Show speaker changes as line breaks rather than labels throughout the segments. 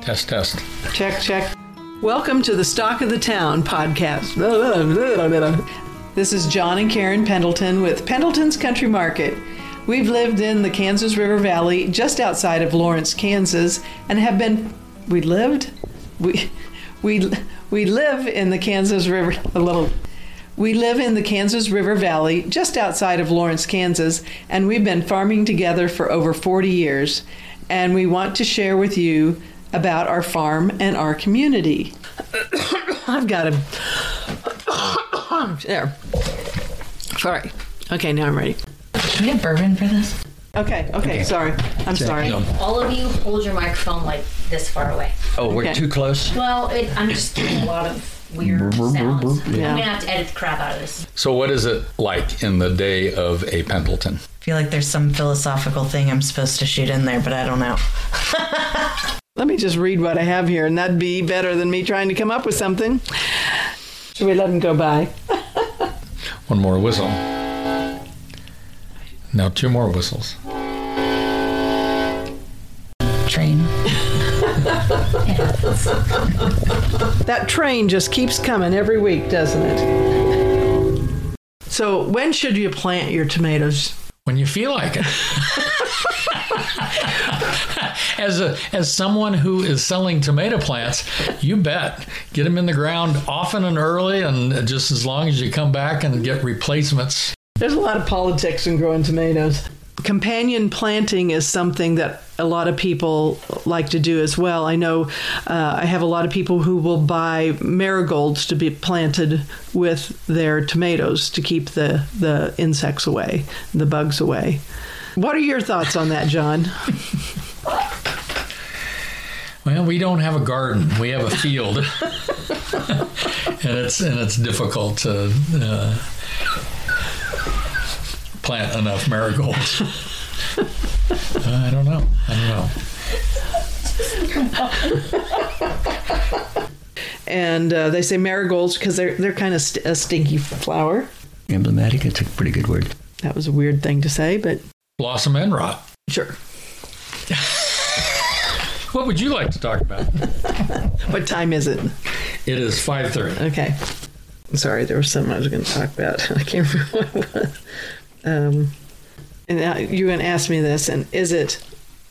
Test, test.
Check, check. Welcome to the Stock of the Town podcast. This is John and Karen Pendleton with Pendleton's Country Market. We've lived in the Kansas River Valley just outside of Lawrence, Kansas, and have been we lived we we we live in the Kansas River a little we live in the Kansas River Valley, just outside of Lawrence, Kansas, and we've been farming together for over 40 years. And we want to share with you about our farm and our community. I've got a. there. Sorry. Okay, now I'm ready.
Should we have bourbon for this?
Okay, okay, sorry. I'm sorry.
No.
All of you hold your microphone like this far away.
Oh, we're
Okay.
too close.
Well, it, I'm just getting a lot of weird sounds. I'm
Yeah.
gonna have to edit the crap out of this.
So, what is it like in the day of a Pendleton?
feel like there's some philosophical thing I'm supposed to shoot in there, but I don't know.
Let me just read what I have here, and that'd be better than me trying to come up with something. Should we let him go by?
One more whistle. Now, two more whistles.
Train.
That train just keeps coming every week, doesn't it? So, when should you plant your tomatoes?
When you feel like it. as, a, as someone who is selling tomato plants, you bet. Get them in the ground often and early, and just as long as you come back and get replacements.
There's a lot of politics in growing tomatoes. Companion planting is something that a lot of people like to do as well. I know uh, I have a lot of people who will buy marigolds to be planted with their tomatoes to keep the, the insects away, the bugs away. What are your thoughts on that, John?
Well, we don't have a garden. We have a field, and it's and it's difficult to uh, plant enough marigolds. I don't know. I don't know.
and uh, they say marigolds because they're they're kind of st- a stinky flower.
Emblematic. It's a pretty good word.
That was a weird thing to say, but
Blossom and rot.
sure.
What would you like to talk about?
What time is it?
It is five thirty.
Okay. Sorry, there was something I was going to talk about. I can't remember what it was. Um, and now you're going to ask me this, and is it?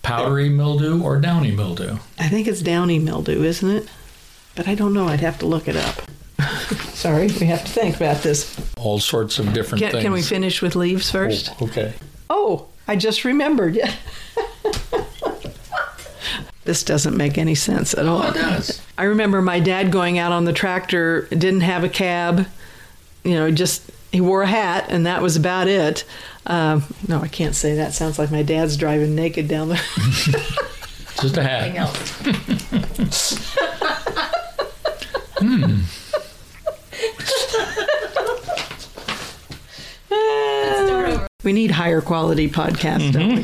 Powdery mildew or downy mildew?
I think it's downy mildew, isn't it? But I don't know. I'd have to look it up. Sorry, we have to think about this.
All sorts of different
Can,
things.
can we finish with leaves first?
Oh, okay.
Oh, I just remembered. Yeah. this doesn't make any sense at all.
Oh, it does.
I remember my dad going out on the tractor, didn't have a cab, you know, just he wore a hat, and that was about it. Um, no, I can't say that. Sounds like my dad's driving naked down the.
Just a
Anything
hat.
else?
we need higher quality podcasts,
Mm-hmm.
don't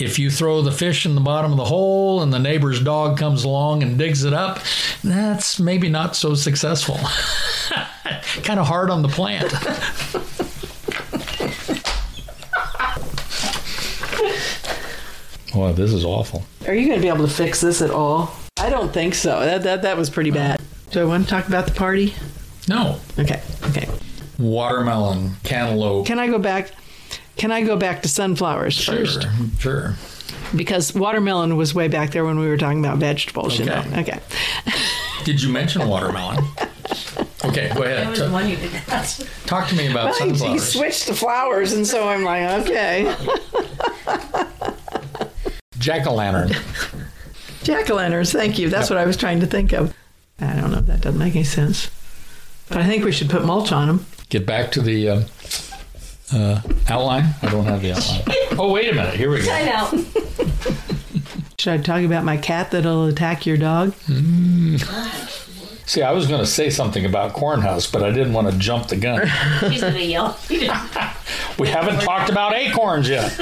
we?
If you throw the fish in the bottom of the hole and the neighbor's dog comes along and digs it up, that's maybe not so successful. kind of hard on the plant. Well, this is awful.
Are you going to be able to fix this at all? I don't think so. That that that was pretty bad. Do I want to talk about the party?
No.
Okay, okay.
Watermelon, cantaloupe.
Can I go back? Can I go back to sunflowers first?
Sure, sure.
because watermelon was way back there when we were talking about vegetables, you know.
Okay.
Okay.
Did you mention watermelon? Okay, go ahead. T-
one you did that.
Talk to me about
He
sunflowers.
switched to flowers, and so I'm like, okay.
Jack o' lantern.
Jack o' lanterns, thank you. That's what I was trying to think of. I don't know if that doesn't make any sense. But I think we should put mulch on them.
Get back to the uh, uh, outline. I don't have the outline. Oh, wait a minute. Here we go.
I know.
Should I talk about my cat that'll attack your dog?
See, I was going to say something about Cornhouse, but I didn't want to jump the gun.
She's gonna yell.
We haven't talked about acorns yet.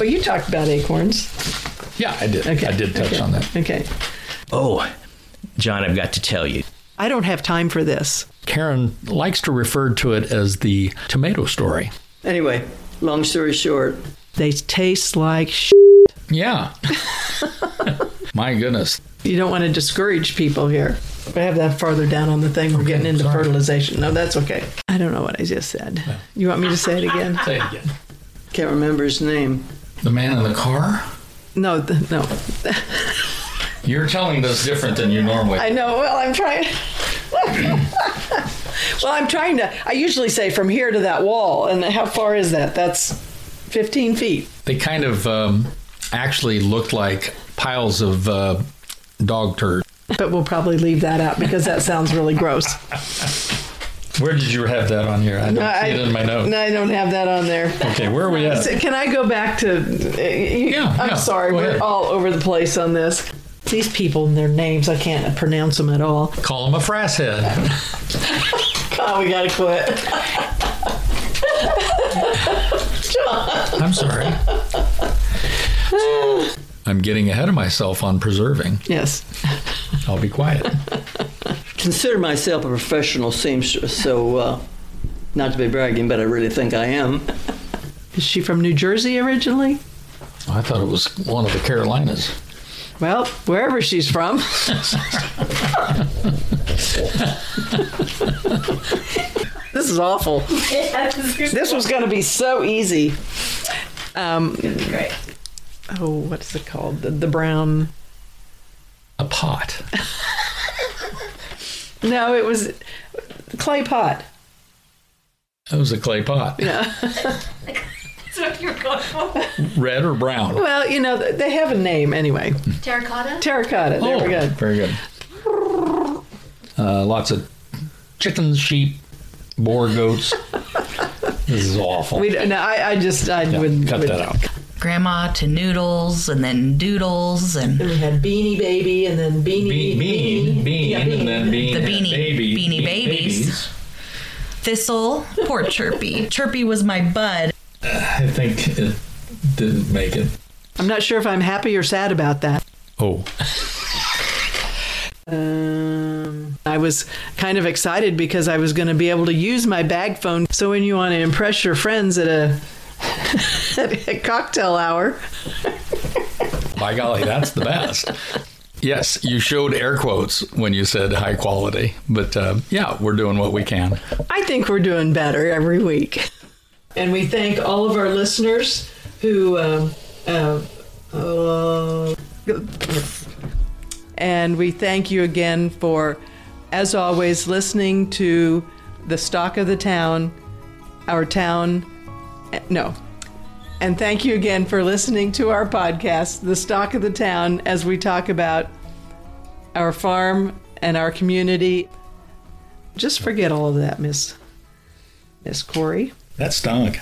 Well, you talked about acorns.
Yeah, I did.
Okay.
I did touch
okay.
on that.
Okay.
Oh, John, I've got to tell you.
I don't have time for this.
Karen likes to refer to it as the tomato story.
Anyway, long story short,
They taste like sh-
Yeah. My goodness.
You don't want to discourage people here. I have that farther down on the thing. We're getting into
sorry.
fertilization. No, that's okay. I don't know what I just said. You want me to say it again?
Say it again.
Can't remember his name.
The man in the car?
No, th- no.
You're telling this different than you normally.
I know. Well, I'm trying. well, I'm trying to. I usually say from here to that wall. And how far is that? That's 15 feet.
they kind of um, actually looked like piles of uh, dog turds.
But we'll probably leave that out because that sounds really gross.
Where did you have that on here? I don't see it in my notes.
No, I don't have that on there.
Okay, where are we at?
So can I go back to? Yeah, I'm
yeah,
sorry,
go
we're
ahead.
all over the place on this. These people and their names, I can't pronounce them at all.
Call him a frass head.
Oh, we gotta quit.
I'm sorry. I'm getting ahead of myself on preserving.
Yes.
I'll be quiet.
consider myself a professional seamstress, so uh, not to be bragging, but I really think I am.
Is she from New Jersey originally?
I thought it was one of the Carolinas.
Well, wherever she's from. this is awful. This was gonna be so easy. Um,
Great.
oh, what's it called? The, the brown.
A pot.
No, it was clay pot.
That was a clay pot.
That's what you're going for.
Red or brown?
Well, you know, th- they have a name anyway.
Terracotta?
Terracotta. There
Oh.
we go.
Very good. Uh, lots of chickens, sheep, boar, goats. this is awful.
We d- no, I, I just I
Yeah,
would
cut
would-
that out.
Grandma to noodles and then doodles and
Then we had Beanie Baby and then Beanie
Bean, bean, bean,
Yeah,
and then bean,
The
and
beanie-
baby,
beanie babies. thistle. Poor Chirpy. Chirpy was my bud.
Uh, I think it didn't make it.
I'm not sure if I'm happy or sad about that.
Oh,
Um, I was kind of excited because I was going to be able to use my bag phone. So when you want to impress your friends at a at a cocktail hour,
by golly, that's the best. Yes, you showed air quotes when you said high quality, but uh, yeah, we're doing what we can.
I think we're doing better every week. And we thank all of our listeners who. Uh, uh, uh, and we thank you again for, as always, listening to the stock of the town, our town. eh, No. And thank you again for listening to our podcast, The Stock of the Town, as we talk about our farm and our community just forget all of that, Miss Miss Corey.
That stunk.